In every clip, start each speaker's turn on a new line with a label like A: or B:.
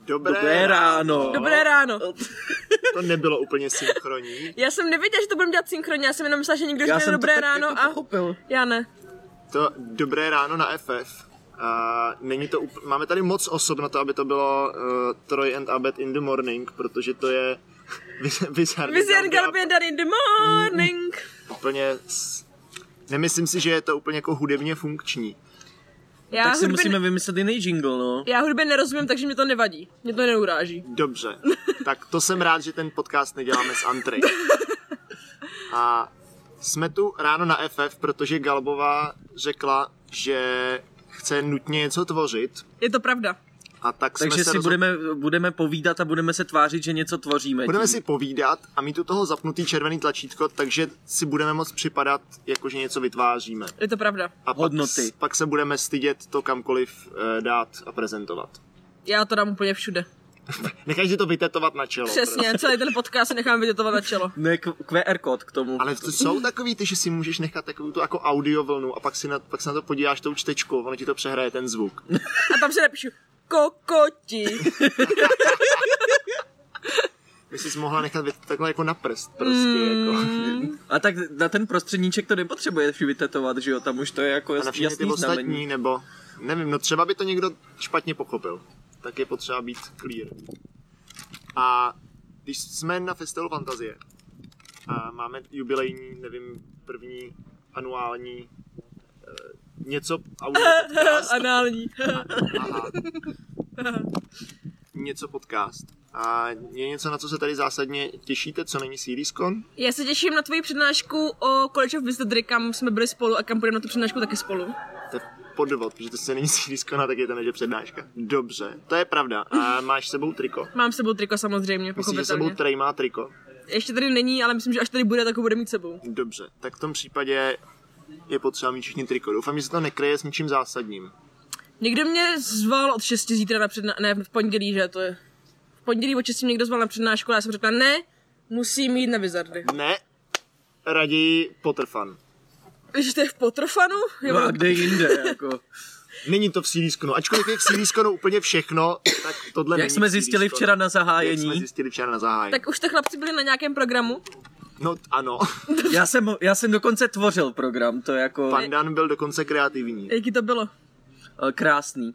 A: Dobré,
B: Dobré ráno.
C: Dobré ráno.
A: To nebylo úplně synchronní.
C: Já jsem nevěděla, že to budeme dělat synchronně, já jsem jenom myslela, že někdo
B: Já
C: řekne
B: jsem
C: dobré
B: to tak
C: ráno
B: jako
C: a
B: pochopil.
C: já ne.
A: To dobré ráno na FF. A není to up... Máme tady moc osob na to, aby to bylo uh, Troy and Abed in the morning, protože to je Vizian
C: Vizian Galbian in the morning.
B: Hmm.
A: Úplně s... Nemyslím si, že je to úplně jako hudebně funkční.
C: Já
B: Tak si
C: hudbě,
B: musíme vymyslet jiný jingle, no.
C: já hudbě nerozumím, takže mě to nevadí. Mě to neuráží.
A: Dobře, tak to jsem rád, že ten podcast neděláme s Antry. A jsme tu ráno na FF, protože Galbová řekla, že chce nutně něco tvořit.
C: Je to pravda.
A: A tak jsme
B: Takže
A: se
B: si
A: rozho-
B: budeme, budeme povídat a budeme se tvářit, že něco tvoříme.
A: budeme si povídat a mít u toho zapnutý červený tlačítko, takže si budeme moc připadat, jakože něco vytváříme.
C: Je to pravda.
A: A pak,
B: Hodnoty.
A: s- pak se budeme stydět to kamkoliv eh, dát a prezentovat.
C: Já to dám úplně všude.
A: Nechaj si to vytetovat na čelo.
C: Přesně, celý ten podcast se nechám vytetovat na čelo.
B: Ne, k- QR kód k tomu.
A: Ale to jsou takový ty, že si můžeš nechat takovou tu jako audio vlnu a pak, si na, pak se na to podíváš tou čtečkou, ono ti to přehraje ten zvuk.
C: A tam se napíšu kokoti.
A: My jsi mohla nechat vy- takhle jako na prst prostě jako.
B: A tak na ten prostředníček to nepotřebuje vytetovat, že jo? Tam už to je jako
A: A na všechny ty
B: jasný
A: ostatní,
B: znamení.
A: nebo nevím, no třeba by to někdo špatně pochopil. Tak je potřeba být clear. A když jsme na Festivalu Fantazie a máme jubilejní, nevím, první anuální eh, něco audio podcast,
C: Anální.
A: Aha. něco podcast. A je něco, na co se tady zásadně těšíte, co není SiriusCon?
C: Já se těším na tvoji přednášku o College of Wizardry, kam jsme byli spolu a kam půjdeme na tu přednášku taky spolu.
A: To je podvod, protože to se není SiriusCon a tak je to než přednáška. Dobře, to je pravda. A máš s sebou triko.
C: Mám s sebou triko samozřejmě,
A: Myslíš, že s
C: pochopitelně.
A: sebou Trey má triko?
C: Ještě tady není, ale myslím, že až tady bude, tak ho bude mít s sebou.
A: Dobře, tak v tom případě je potřeba mít všichni triko. Doufám, že se to nekryje s ničím zásadním.
C: Někdo mě zval od 6 zítra na přednášku, ne, v pondělí, že to je. V pondělí od 6 mě někdo zval na přednášku a já jsem řekla, ne, musím jít na Wizardy.
A: Ne, raději Potterfan.
C: Že to je v Potrofanu?
B: No a kde jinde, jako.
A: Není to v SiriusConu. Ačkoliv je v SiriusConu úplně všechno, tak tohle
B: Jak
A: není
B: jsme
A: v
B: zjistili
A: SiriusConu.
B: včera na
A: Jak jsme
B: zahájení,
A: zjistili včera na zahájení.
C: Tak už ty chlapci byli na nějakém programu.
A: No t- ano,
B: já jsem, já jsem dokonce tvořil program, to je jako Pan...
A: Pandan byl dokonce kreativní.
C: Jaký to bylo?
B: eh, krásný.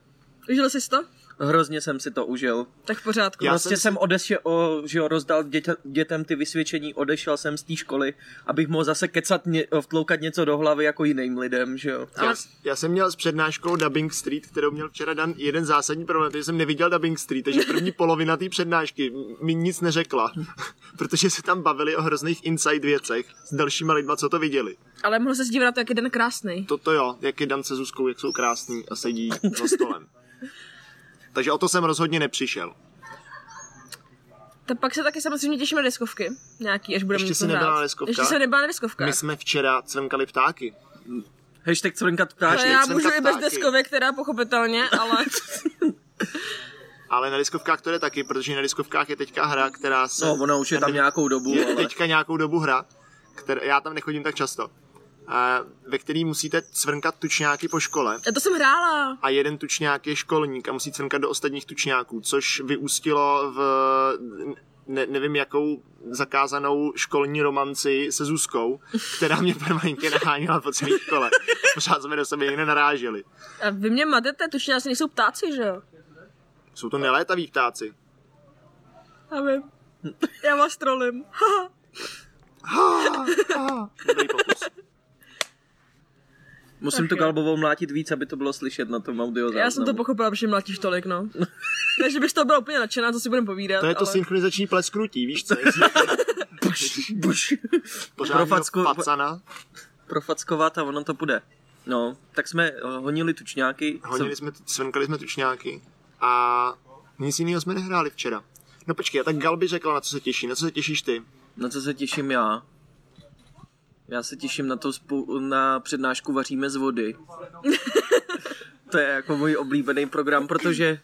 C: Užil jsi to?
B: Hrozně jsem si to užil.
C: Tak v pořádku.
A: Já
B: Já prostě
A: jsem
B: jsem,
A: si-
B: jsem odešel, o, že jo, rozdal děte, dětem ty vysvědčení, odešel jsem z té školy, abych mohl zase kecat, ně, vtloukat něco do hlavy jako jiným lidem, že jo.
A: Já, já jsem měl s přednáškou Dubbing Street, kterou měl včera Dan jeden zásadní problém, protože jsem neviděl Dubbing Street, takže první polovina té přednášky mi nic neřekla, protože se tam bavili o hrozných inside věcech s dalšíma lidma, co to viděli.
C: Ale mohl se dívat na to, jak je den krásný.
A: Toto jo, jak je Dan se Zuzkou, jak jsou krásní a sedí za stolem. Takže o to jsem rozhodně nepřišel.
C: Tak pak se taky samozřejmě těším na deskovky. Nějaký, až budeme
A: Ještě
C: něco
A: jsi nebyla
C: hrát.
A: na deskovkách?
C: Ještě jsem nebyla na deskovkách.
A: My jsme včera cvrnkali ptáky.
B: Hashtag cvrnkat
C: Ale
B: ptáček.
C: já
A: jsem
C: můžu
A: tak
C: i bez
A: taky.
C: deskovek, teda pochopitelně, ale
A: Ale na diskovkách to jde taky, protože na diskovkách je teďka hra, která se...
B: No, ona už je tam nějakou dobu,
A: je
B: ale...
A: teďka nějakou dobu hra, které, já tam nechodím tak často, a, ve který musíte cvrnkat tučňáky po škole
C: to jsem hrála.
A: a jeden tučňák je školník a musí cvrnkat do ostatních tučňáků, což vyústilo v ne, nevím jakou zakázanou školní romanci se Zuzkou, která mě permanentně naháněla po celé škole. Pořád jsme do sebe jiné naráželi.
C: A vy mě matete, tučně asi nejsou ptáci, že jo?
A: Jsou to nelétaví ptáci.
C: Já vím. Já vás trolím. Haha.
A: Dobrý pokus.
B: Musím tu
C: Ach jo.
B: galbovou mlátit víc, aby to bylo slyšet na tom audio záznamu.
C: Já jsem
A: No.
C: to pochopila, protože mlátíš tolik, no. Ne, že bych to byla úplně nadšená, co si budem povídat.
A: To je to
C: ale...
A: synchronizační plesknutí, víš co?
B: pochopil.
A: Pořádného
B: facku-
A: pacana.
B: Profackovat a ono to bude. No, tak jsme eh, honili tučňáky.
A: Honili jsme, svrnkali jsme tučňáky a nic jiného jsme nehráli včera. No počkej, a tak Galby řekla, na co se těší. Na co se těšíš ty?
B: Na co se těším já? Já se těším na, to spou- na přednášku Vaříme z vody. to je jako můj oblíbený program, protože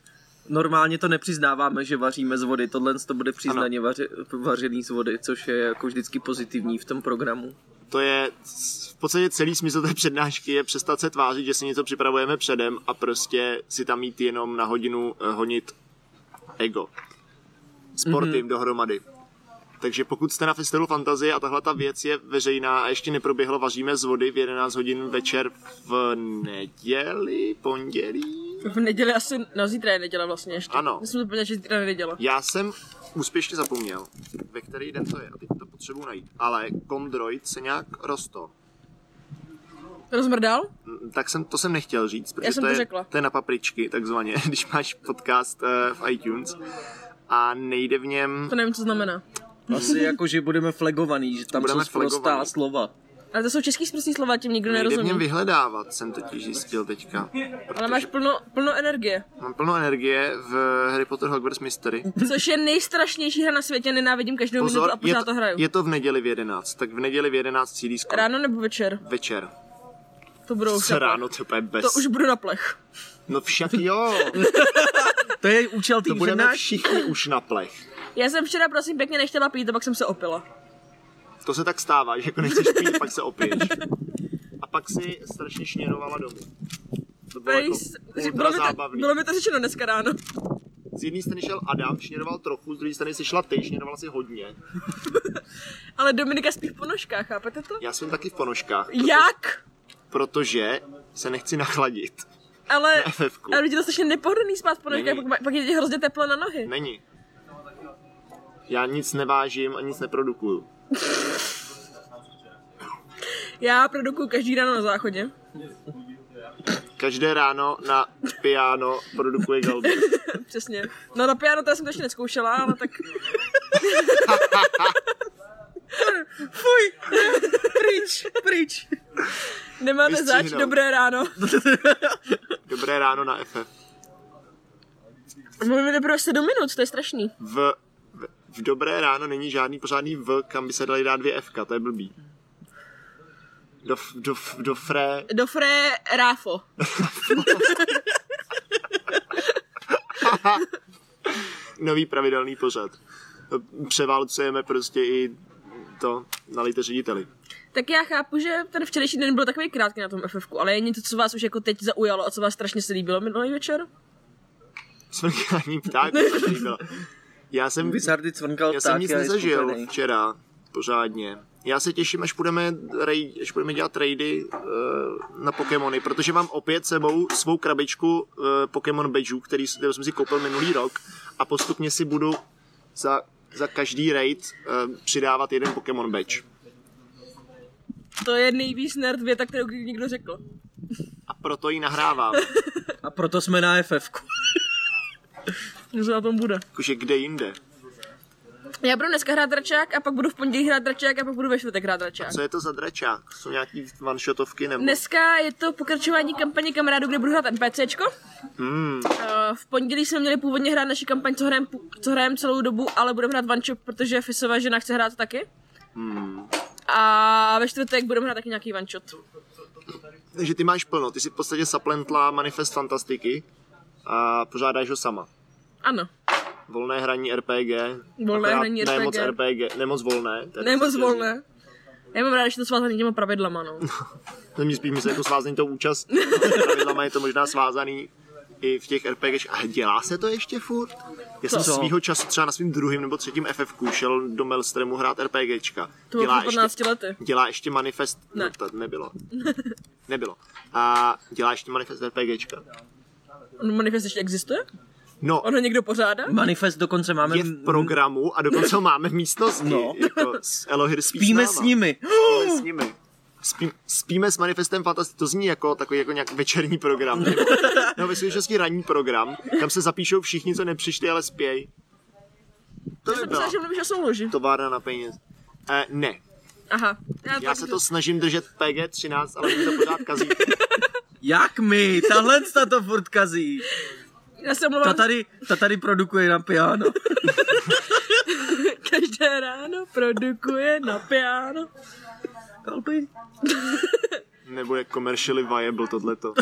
B: normálně to nepřiznáváme, že vaříme z vody. Tohle to bude přiznaně vaři- vařený z vody, což je jako vždycky pozitivní v tom programu.
A: To je v podstatě celý smysl té přednášky je přestat se tvářit, že si něco připravujeme předem a prostě si tam jít jenom na hodinu eh, honit ego. Sport mm-hmm. jim dohromady. Takže pokud jste na festivalu fantazie a tahle ta věc je veřejná a ještě neproběhlo, vaříme z vody v 11 hodin večer v neděli, pondělí.
C: V neděli asi, no zítra je neděle vlastně ještě.
A: Ano.
C: Myslím, že úplně, že zítra je neděle.
A: Já jsem úspěšně zapomněl, ve který den to je a teď to potřebuji najít. Ale Kondroid se nějak rostl.
C: Rozmrdal?
A: Mm, tak jsem, to jsem nechtěl říct, protože
C: jsem
A: to,
C: to
A: je,
C: řekla.
A: to je na papričky, takzvaně, když máš podcast eh, v iTunes a nejde v něm...
C: To nevím, co znamená.
B: Asi jako, že budeme flagovaný, že tam
A: Budeme
B: jsou prostá
A: flagovaný.
B: slova.
C: Ale to jsou český sprostý slova, tím nikdo
A: Nejde v něm
C: nerozumí.
A: vyhledávat, jsem totiž zjistil teďka.
C: Ale máš plno, plno energie.
A: Mám plno energie v Harry Potter Hogwarts Mystery.
C: Což je nejstrašnější hra na světě, nenávidím každou minutu a
A: je
C: pořád to, hraju.
A: je to v neděli v 11, tak v neděli v 11 cílí skoro.
C: Ráno nebo večer?
A: Večer.
C: To budou
A: Co
C: na plech.
A: ráno, to je úplně bez.
C: To už budu na plech.
A: No však jo,
B: To je účel té
A: to budeme
B: přednášky.
A: všichni už na plech.
C: Já jsem včera prosím pěkně nechtěla pít, a pak jsem se opila.
A: To se tak stává, že jako nechceš pít, pak se opiješ. A pak si strašně šněrovala domů. To bylo jako
C: Pejs-
A: ultra
C: Bylo mi, to,
A: zábavný.
C: bylo mi to řečeno dneska ráno.
A: Z jedné strany šel Adam, šněroval trochu, z druhé strany si šla ty, šněrovala si hodně.
C: Ale Dominika spí v ponožkách, chápete to?
A: Já jsem taky v ponožkách,
C: Jak?
A: protože se nechci nachladit.
C: Ale,
A: Na FFku.
C: ale lidi to strašně nepohodlný spát v ponožkách,
A: Není.
C: pak, ma- pak je ti hrozně teplo na nohy.
A: Není. Já nic nevážím a nic neprodukuju.
C: Já produkuju každý ráno na záchodě.
A: Každé ráno na piano produkuje Galby.
C: Přesně. No na piano to já jsem to ještě neskoušela, ale tak... Fuj! pryč, pryč. Nemáte zač,
A: Vystřihnout.
C: dobré ráno.
A: Dobré ráno na FF.
C: Mluvíme teprve 7 minut, to je strašný.
A: V, v, v dobré ráno není žádný pořádný V, kam by se dali dát dvě F, to je blbý. Do, f- do, f- do fré,
C: Do fré ráfo.
A: nový pravidelný pořad. Převálcujeme prostě i to na řediteli.
C: Tak já chápu, že ten včerejší den byl takový krátký na tom FFku, ale je něco, co vás už jako teď zaujalo a co vás strašně se líbilo minulý večer?
A: Smrkání ptáků, to se líbilo. Já jsem
B: Bizardy cvrnkal
A: Já jsem nic
B: a je
A: nezažil
B: spokojený.
A: včera, pořádně. Já se těším, až budeme, raid, až budeme dělat raidy uh, na Pokémony, protože mám opět sebou svou krabičku uh, Pokémon badgeů, který s- kterou jsem si koupil minulý rok a postupně si budu za, za každý raid uh, přidávat jeden Pokémon badge.
C: To je nejvíc nerd věta, kterou kdy někdo řekl.
A: A proto ji nahrávám.
B: A proto jsme na FF.
C: Co na tom bude?
A: Jakože kde jinde.
C: Já budu dneska hrát dračák a pak budu v pondělí hrát dračák a pak budu ve čtvrtek hrát dračák.
A: Co je to za dračák? Jsou nějaký one-shotovky nebo?
C: Dneska je to pokračování kampaně kamarádu, kde budu hrát NPCčko.
A: Hmm,
C: Eh, V pondělí jsme měli původně hrát naši kampaň, co hrajeme co hrajem celou dobu, ale budeme hrát One Shot, protože Fisová žena chce hrát taky.
A: hmm.
C: A ve čtvrtek budeme hrát taky nějaký One Shot.
A: Takže ty máš plno, ty jsi v podstatě saplentla manifest fantastiky a pořádáš ho sama.
C: Ano.
A: Volné hraní RPG.
C: Volné
A: Akorát
C: hraní
A: Ne moc
C: RPG.
A: RPG, nemoc volné. to je
C: Ne moc
A: prostě-
C: volné. Já mám ráda, že to svázaný těma pravidlama, no.
A: To mě spíš myslím jako svázaný tou účast. S pravidlama je to možná svázaný i v těch RPG, ale dělá se to ještě furt? Já jsem
B: Co?
A: svýho času třeba na svým druhým nebo třetím FFku šel do Melstremu hrát RPGčka.
C: To bylo
A: Dělá
C: před 15
A: ještě,
C: lety.
A: dělá ještě manifest,
C: Ne.
A: no, to nebylo. nebylo. A dělá ještě manifest RPGčka.
C: Manifest ještě existuje?
A: No,
C: On ho někdo pořádá?
B: Manifest dokonce máme...
A: je v programu a dokonce ho máme v místnosti.
B: No.
A: Jako s Elohir spí
B: Píme
A: náma.
B: s nimi.
A: Spíme s nimi. Spí, spíme s manifestem fantastiky, to zní jako takový jako nějak večerní program. Nebo, no ve skutečnosti ranní program, kam se zapíšou všichni, co nepřišli, ale spěj. To
C: Já
A: by
C: jsem
A: byla
C: myslela, že mluvíš o souloži.
A: továrna na peněz. Eh, ne,
C: Aha.
A: já
C: tak-
A: se to snažím držet v PG-13, ale mi to pořád kazí.
B: Jak my? Tahle ta to furt kazí.
C: Já se
B: Ta
C: omlouvám
B: tady, ta tady produkuje na piano.
C: každé ráno, produkuje na piano.
B: Kalby.
A: Nebo je commercially viable tohleto.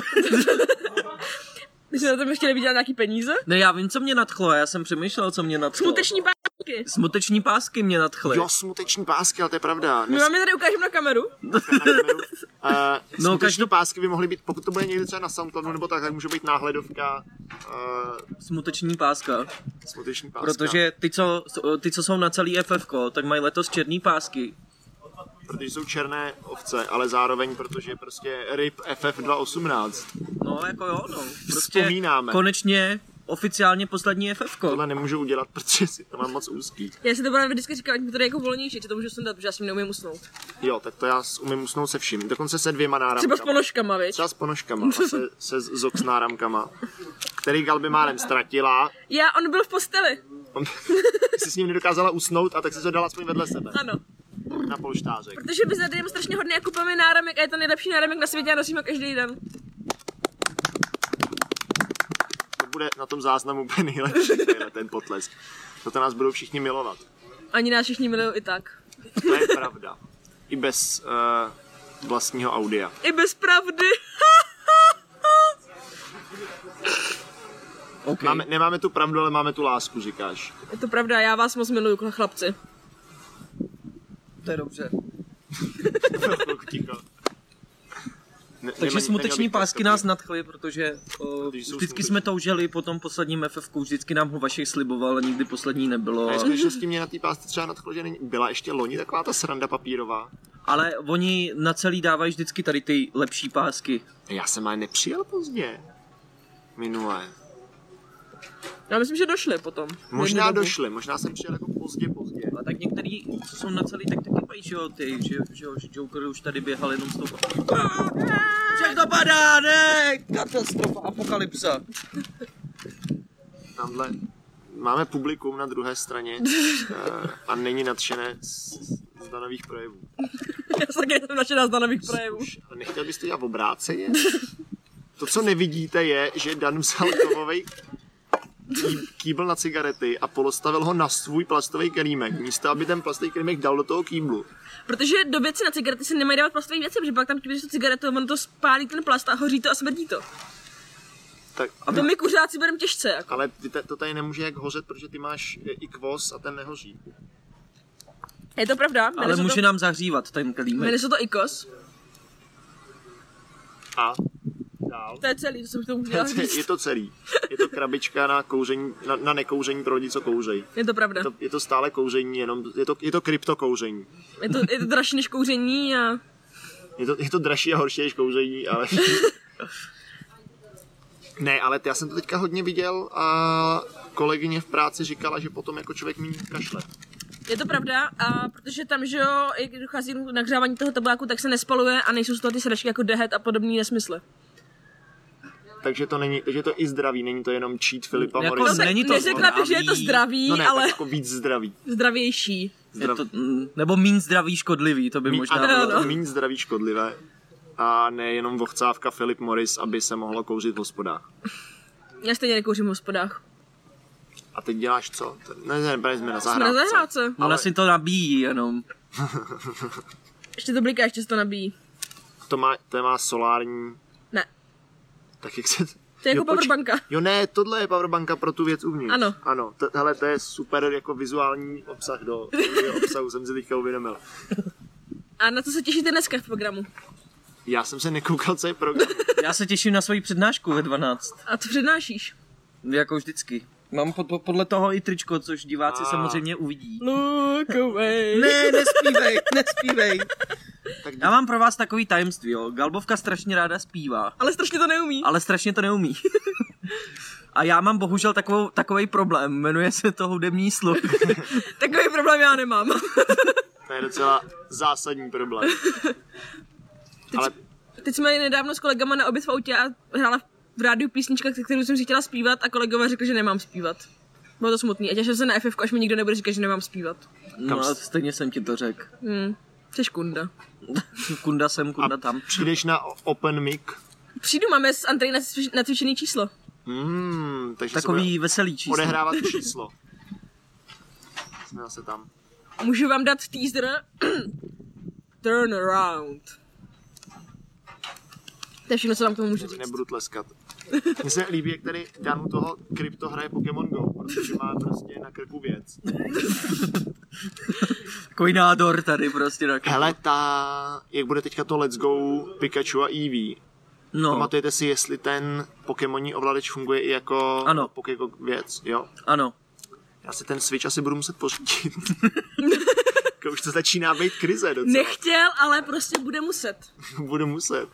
C: My jsme na tom chtěli vydělat nějaký peníze.
B: Ne, já vím, co mě nadchlo, já jsem přemýšlel, co mě nadchlo.
C: Smuteční bá... pásky.
B: Smuteční pásky mě nadchly.
A: Jo, smuteční pásky, ale to je pravda.
C: My
A: Dnes,
C: vám je tady ukážeme na kameru.
A: uh, no, smuteční
B: každý-
A: každý... pásky by mohly být, pokud to bude někde třeba na Soundcloudu nebo tak, tak může být náhledovka uh,
B: Smuteční páska.
A: smuteční páska.
B: Protože ty co, ty, co jsou na celý FF, tak mají letos černý pásky.
A: protože jsou černé ovce, ale zároveň protože prostě RIP FF218.
B: No, jako jo, no. Prostě
A: Vzpomínáme.
B: konečně oficiálně poslední FF.
A: Tohle nemůžu udělat, protože si to mám moc úzký.
C: Já si to právě vždycky říkám, ať mi to je jako volnější, že to můžu sundat, protože já s ním neumím usnout.
A: Jo, tak to já s- umím usnout se vším. Dokonce se dvěma náramkama.
C: Třeba s ponožkama, viď?
A: Třeba s ponožkama. A se, se z- zok s náramkama. Který Galby málem ztratila.
C: Já, on byl v posteli.
A: On, si s ním nedokázala usnout a tak si to dala aspoň vedle sebe.
C: Ano.
A: Na polštářek.
C: Protože my tady jdeme strašně hodně a kupujeme náramek a je to nejlepší náramek na světě a nosíme každý den.
A: To bude na tom záznamu úplně nejlepší, tenhle ten potlesk. Za to nás budou všichni milovat.
C: Ani nás všichni milují i tak.
A: To je pravda. I bez uh, vlastního audia.
C: I bez pravdy.
B: Okay.
A: Máme, nemáme tu pravdu, ale máme tu lásku, říkáš.
C: je to pravda, já vás moc miluju, kla- chlapci.
B: To je dobře.
A: Ticho. Ne,
B: Takže
A: nemen- neměl
B: smuteční
A: bych
B: pásky
A: to-
B: nás nadchly, protože o,
A: Protože jsou
B: vždycky
A: smuteční.
B: jsme toužili po tom posledním FF, vždycky nám ho vašich sliboval, ale nikdy poslední nebylo.
A: A ve skutečnosti mě na té pásce třeba nadchlo, že není, byla ještě loni taková ta sranda papírová.
B: Ale oni na celý dávají vždycky tady ty lepší pásky.
A: Já jsem ale nepřijel pozdě. Minule.
C: Já myslím, že došli potom.
A: Možná
C: Jednu dobu.
A: došli, možná jsem přijel jako pozdě, pozdě.
B: A tak některý, co jsou na celý, tak taky mají, že jo, ty, že, že, jo, že Joker už tady běhal jenom s tou... Všechno padá, ne! Katastrofa, apokalypsa.
A: Tamhle máme publikum na druhé straně eh, a není nadšené z, z danových projevů.
C: Já se taky jsem nadšená z danových projevů.
A: Už, a nechtěl bys to dělat obráceně? To, co nevidíte, je, že Dan vzal kovovej ký- kýbl na cigarety a polostavil ho na svůj plastový kelímek, místo aby ten plastový kelímek dal do toho kýblu.
C: Protože do věci na cigarety se nemají dávat plastové věci, protože pak tam tím, že tu cigaretu, ono to spálí ten plast a hoří to a smrdí to.
A: Tak,
C: A to my kuřáci bereme těžce. Jako.
A: ale ty te, to tady nemůže jak hořet, protože ty máš eh, i kvos a ten nehoří.
C: Je to pravda,
B: Ale
C: jmenuje se
B: může
C: to,
B: nám zahřívat ten kelímek.
C: jmenuje se to IKOS.
A: A dál.
C: To je celý, to jsem k tomu chtěla
A: Je
C: říct.
A: to celý. Je to krabička na, kouření, na, na nekouření pro lidi, co kouřejí.
C: Je to pravda.
A: Je to, je to stále kouření, jenom je to, je to kryptokouření.
C: Je to, je to dražší než kouření a
A: Je to, je to dražší a horší než kouření, ale... ne, ale já jsem to teďka hodně viděl a kolegyně v práci říkala, že potom jako člověk méně kašle.
C: je to pravda, a protože tam, že jo, jak dochází k nahřávání toho tabáku, tak se nespaluje a nejsou z toho ty sračky jako dehet a podobný nesmysly.
A: Takže to není, takže to i zdraví, není to jenom cheat Filipa
B: Jako
A: Morisa.
B: No, není to
C: neřekla bych, že je to
B: zdravý.
C: zdravý,
A: No ne,
C: ale
A: tak jako víc zdraví.
C: zdravější.
B: Je
A: Zdrav...
B: to, mm, nebo mín zdravý škodlivý, to by
A: Mí-
B: možná
A: ano,
B: bylo.
A: je to
C: no.
A: méně zdraví škodlivé. A nejenom vochcávka Filip Morris, aby se mohlo kouřit v hospodách.
C: Já stejně nekouřím v hospodách.
A: A teď děláš co? To- Ne, ne, ne, jsme na
C: Jsme na
A: zahrádce.
C: zahrádce.
B: Ona
A: ale-
B: si to nabíjí jenom.
C: Ještě to bliká, ještě se to nabíjí.
A: To má, to má solární,
C: Ne,
A: tak jak se...
C: to je jako
A: Jo, poč-
C: powerbanka.
A: Jo ne, tohle je powerbanka pro tu věc uvnitř.
C: Ano.
A: Ano, to, hele, to je super jako vizuální obsah do, do obsahu, jsem si teďka uvědomil.
C: A na co se těšíte dneska v programu?
A: Já jsem se nekoukal, co je program.
B: Já se těším na svoji přednášku ve 12.
C: A co přednášíš?
B: Jako vždycky. Mám pod, podle toho i tričko, což diváci
A: A.
B: samozřejmě uvidí.
C: Look away.
B: Ne, nespívej, nespívej.
A: Tak
B: Já mám pro vás takový tajemství, jo. Galbovka strašně ráda zpívá,
C: Ale strašně to neumí.
B: ale strašně to neumí. A já mám bohužel takovou, takový problém, jmenuje se to hudební sluch.
C: Takový problém já nemám.
A: to je docela zásadní problém. Ale
C: Teď jsme jeli nedávno s kolegama na oběd v autě a hrála v rádiu písnička, se kterou jsem si chtěla zpívat a kolegové řekli, že nemám zpívat. Bylo to smutný. A těšil se na FF, až mi nikdo nebude říkat, že nemám zpívat.
B: No a stejně jsem ti to řekl.
C: Hmm. Což kunda.
B: Kunda sem, kunda tam.
A: přijdeš na o- open mic,
C: Přijdu, máme s Andrej na, cvič- na cvičený číslo.
A: mm, takže
B: Takový
A: se
B: veselý
A: bude
B: číslo.
A: odehrávat číslo. Jsme se tam.
C: Můžu vám dát teaser? Turn around. To je všechno, co vám k tomu můžu říct.
A: Nebudu tleskat. Mně se líbí, jak tady Dan u toho krypto hraje Pokémon Go, protože má prostě na krku věc.
B: Takový nádor tady prostě. Tak.
A: Hele, ta, jak bude teďka to Let's Go Pikachu a Eevee,
B: No,
A: Pamatujete si, jestli ten Pokémoní ovladač funguje i jako
B: Ano.
A: Pokégo věc, jo?
B: ano.
A: Já si ten Switch asi budu muset pořídit. Jako Už to začíná být krize docela.
C: Nechtěl, ale prostě bude muset.
A: Budu muset.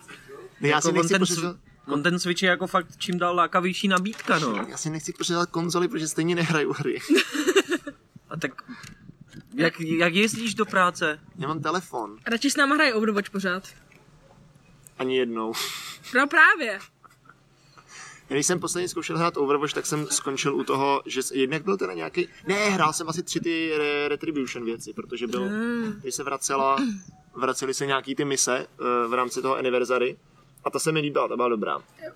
A: Ne, já,
B: Jako
A: si
B: on,
A: nechci
B: ten,
A: pořizovat,
B: sv- on ten Switch je jako fakt čím dál lákavější nabídka, no.
A: já si nechci pořizovat konzoli, protože stejně nehraju hry.
B: A tak jak, jak jezdíš do práce?
A: Nemám telefon.
C: Radši s náma hraje Overwatch pořád.
A: Ani jednou.
C: No právě.
A: Když jsem posledně zkoušel hrát Overwatch, tak jsem skončil u toho, že s- jednak byl teda nějaký. Ne, hrál jsem asi tři ty re- Retribution věci, protože byl, když se vracela, vracely se nějaký ty mise eh, v rámci toho anniversary. A ta se mi líbila, ta byla dobrá.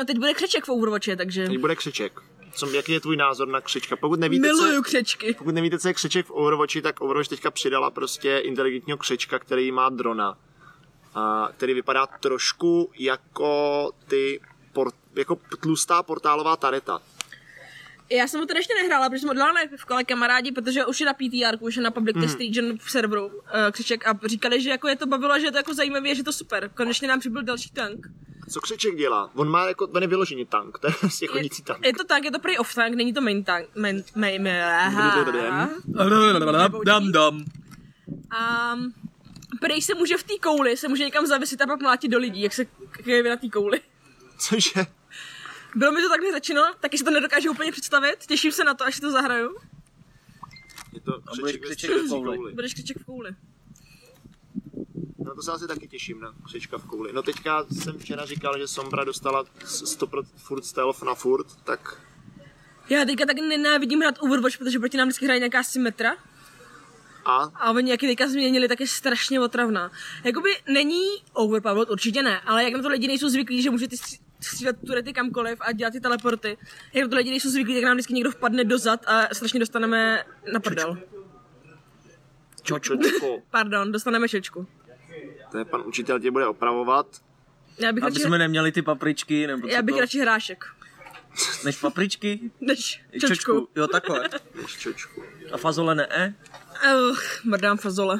C: A teď bude křeček v Overwatchi, takže...
A: Teď bude křiček. Co, jaký je tvůj názor na křička? Pokud nevíte,
C: Miluju
A: co,
C: křečky.
A: pokud nevíte, co je křiček v Overwatchi, tak Overwatch teďka přidala prostě inteligentního křička, který má drona. A, který vypadá trošku jako ty port, jako tlustá portálová tareta.
C: Já jsem ho teda ještě nehrála, protože jsem ho dala na FF, ale kamarádi, protože už je na PTR, už je na
A: Hmm.
C: Public Test Region v serveru uh, křiček a říkali, že jako je to bavilo, že je to jako zajímavé, že je to super. Konečně nám přibyl další tank.
A: Co křeček dělá? On má jako, on je vyloženě tank, to je prostě chodící tank.
C: Je to tak, je to prý off tank, není to main tank. Main, main, main, aha.
A: Blablabla.
B: Dam, dam.
C: A prý se může v té kouli, se může někam zavisit a pak mlátit do lidí, jak se jeví na té kouli.
A: Cože?
C: Bylo mi to takhle řečeno, taky si to nedokážu úplně představit. Těším se na to, až si to zahraju.
A: Je to
B: A budeš
A: křeček, ve
B: křeček v
A: střílecí
B: kouli.
A: kouli.
C: Budeš křiček v kouli.
A: No to se asi taky těším na křečka v kouli. No teďka jsem včera říkal, že Sombra dostala 100% furt stealth na furt, tak
C: Já teďka tak nenávidím hrát Overwatch, protože proti nám vždycky hraje nějaká symetra.
A: a
C: A oni jak ji teďka změnili, tak je strašně otravná. Jakoby není overpowered, určitě ne, ale jak na to lidi nejsou zvyklí, že můžete stří- střílet turety kamkoliv a dělat ty teleporty. Jak na to lidi nejsou zvyklí, tak nám vždycky někdo vpadne do zad a strašně dostaneme na prdel.
A: čočko.
C: Pardon, dostaneme čečku.
A: To je pan učitel tě bude opravovat.
C: Já bych,
B: Aby
C: radši,
B: jsme neměli ty papričky, nebo co
C: já bych
B: to,
C: radši hrášek,
B: než papričky?
C: než čočku.
B: Čočku. Jo, takhle.
A: Než čočku.
B: A fazole ne? e?
C: Ugh, mrdám fazole.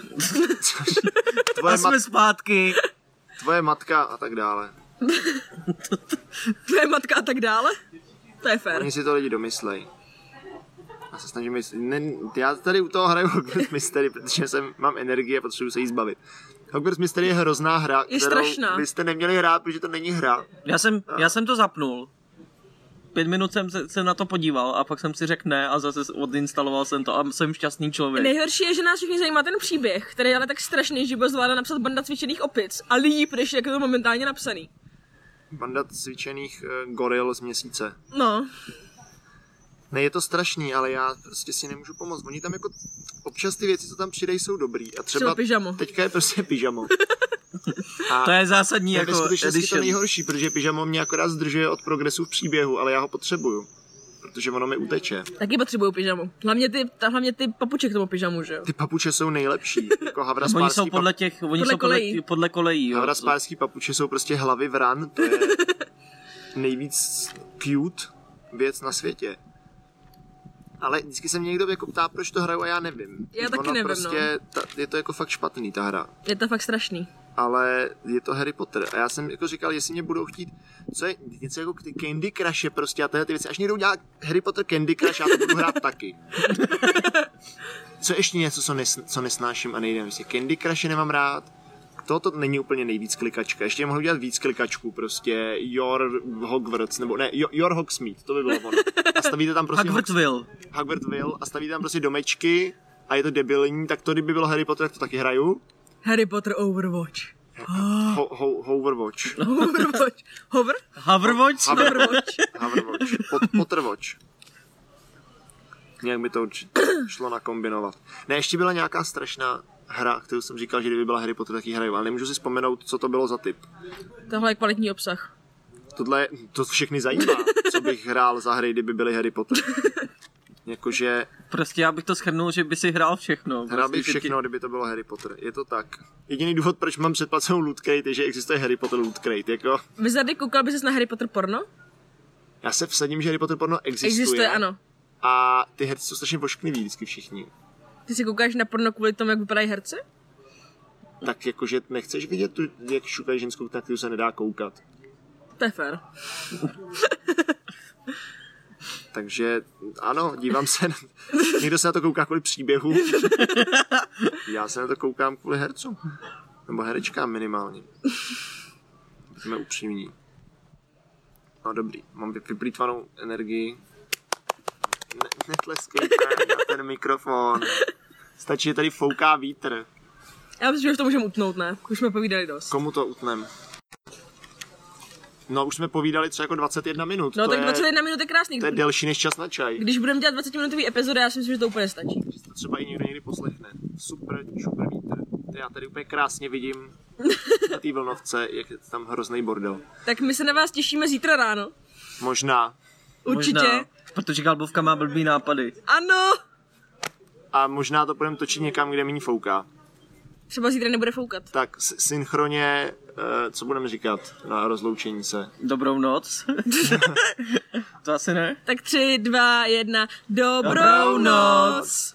A: Tvoje,
B: A
A: mat,
B: jsme zpátky.
A: tvoje matka a tak dále.
C: Tvoje matka a tak dále. To je fér.
A: Oni si to lidi domyslej. Já se snažím myslet. Ne, já tady u toho hraju Hogwarts Mystery, protože jsem, mám energii a potřebuji se jí zbavit. Hogwarts Mystery je hrozná hra,
C: Je
A: kterou
C: strašná.
A: byste neměli hrát, protože to není hra.
B: Já jsem, já jsem to zapnul. Pět minut jsem se, se na to podíval a pak jsem si řekl ne a zase odinstaloval jsem to a jsem šťastný člověk.
C: Nejhorší je, že nás všichni zajímá ten příběh, který je ale tak strašný, že byl zvládá napsat banda cvičených opic a líp, než jak je to momentálně napsaný.
A: Banda cvičených eh, goril z měsíce.
C: No,
A: Ne, je to strašný, ale já prostě si nemůžu pomoct. Oni tam jako občas ty věci, co tam přidají, jsou dobrý. A třeba
C: Třeba pyžamo.
A: teďka je prostě pyžamo.
B: To je zásadní
A: Jako,
B: jako
A: skutečnosti to
B: edition.
A: nejhorší, protože pyžamo mě akorát zdržuje od progresu v příběhu, ale já ho potřebuju. Protože ono mi uteče.
C: taky potřebuju pyžamu. Hlavně ty, ta, hlavně ty papuče k tomu pyžamu, že jo?
A: Ty papuče jsou nejlepší. Jako
B: Oni
A: havraspárský,
B: jsou podle těch, oni
C: Podle
B: jsou podle,
C: kolejí.
B: podle kolejí.
A: pap-
B: Jo.
A: havraspárský papuče jsou prostě hlavy vran. To je nejvíc cute věc na světě. Ale vždycky se mě někdo jako ptá, proč to hraju a já nevím.
C: Já taky
A: Ono
B: no.
C: nevím,
A: prostě, ta, je to jako fakt špatný ta hra.
C: Je to fakt strašný.
A: ale je to Harry Potter. A já jsem jako říkal, jestli mě budou chtít, co je něco jako ty Candy Crushe prostě a tyhle ty věci. Až někdo udělá Harry Potter Candy Crush, já to budu hrát taky. Co ještě něco, co, nes, co nesnáším a nejde si. Candy Crushe nemám rád. Toto není úplně nejvíc klikačka. Ještě mohl udělat víc klikačků, prostě Your Hogwarts, nebo ne, Your, your Hogsmeade, to by bylo ono. A stavíte tam prostě Hogwarts,
B: Hogwartsville.
A: Hogwartsville a stavíte tam prostě domečky a je to debilní, tak to kdyby bylo Harry Potter, tak to taky hraju.
C: Harry Potter Overwatch.
A: Ho, ho, Hoverwatch.
C: Overwatch. Hover?
B: Hoverwatch?
C: Overwatch.
A: Havrvoč. Pot, potrvoč. Nějak by to určitě šlo nakombinovat. Ne, ještě byla nějaká strašná hra, kterou jsem říkal, že kdyby byla Harry Potter, tak ji hraju, ale nemůžu si vzpomenout, co to bylo za typ.
C: Tohle je kvalitní obsah.
A: Tohle, to všechny zajímá, co bych hrál za hry, kdyby byly Harry Potter. Jakože
B: Prostě já bych to schrnul, že by si hrál všechno.
A: Hrál
B: Prostě,
A: bych
B: že ti-
A: všechno, kdyby to bylo Harry Potter. Je to tak. Jediný důvod, proč mám předplacenou loot crate, je, že existuje Harry Potter loot crate. Jako,
C: Wizardy, koukal by ses na Harry Potter porno?
A: já se vsadím, že Harry Potter porno existuje.
C: Existuje, ano.
A: A ty herci jsou strašně poškliví vždycky všichni.
C: Ty si koukáš na porno kvůli tomu, jak vypadají herci?
A: Tak jakože nechceš vidět, tu, jak šukají ženskou, tak tu se nedá koukat.
C: To je fér.
A: Takže ano, dívám se. Na... Někdo se na to kouká kvůli příběhu. Já se na to koukám kvůli hercům. Nebo herečkám minimálně. Jsme upřímní. No dobrý, mám vy- vyplýtvanou energii. Ne, netleskejte na ten mikrofon. Stačí, že tady fouká vítr.
C: Já myslím, že už to můžeme utnout, ne? Už jsme povídali dost.
A: Komu to utnem? No už jsme povídali třeba jako 21 minut.
C: No
A: to
C: tak
A: je,
C: 21 minut je krásný.
A: To je delší než čas na čaj.
C: Když budeme dělat 20 minutový epizody, já si myslím, že to úplně stačí.
A: že to třeba i někdo někdy poslechne. Super, super vítr. To Já tady úplně krásně vidím na té vlnovce, jak je tam hrozný bordel.
C: Tak my se na vás těšíme zítra ráno.
A: Možná.
C: Určitě.
B: Možná, protože Galbovka má blbý nápady.
C: Ano.
A: A možná to budeme točit někam, kde méně fouká.
C: Třeba zítra nebude foukat.
A: Tak s- synchronně, eh, co budeme říkat na rozloučení se?
B: Dobrou noc. to asi ne.
C: Tak tři, dva, jedna. Dobrou,
B: Dobrou
C: noc.
B: noc.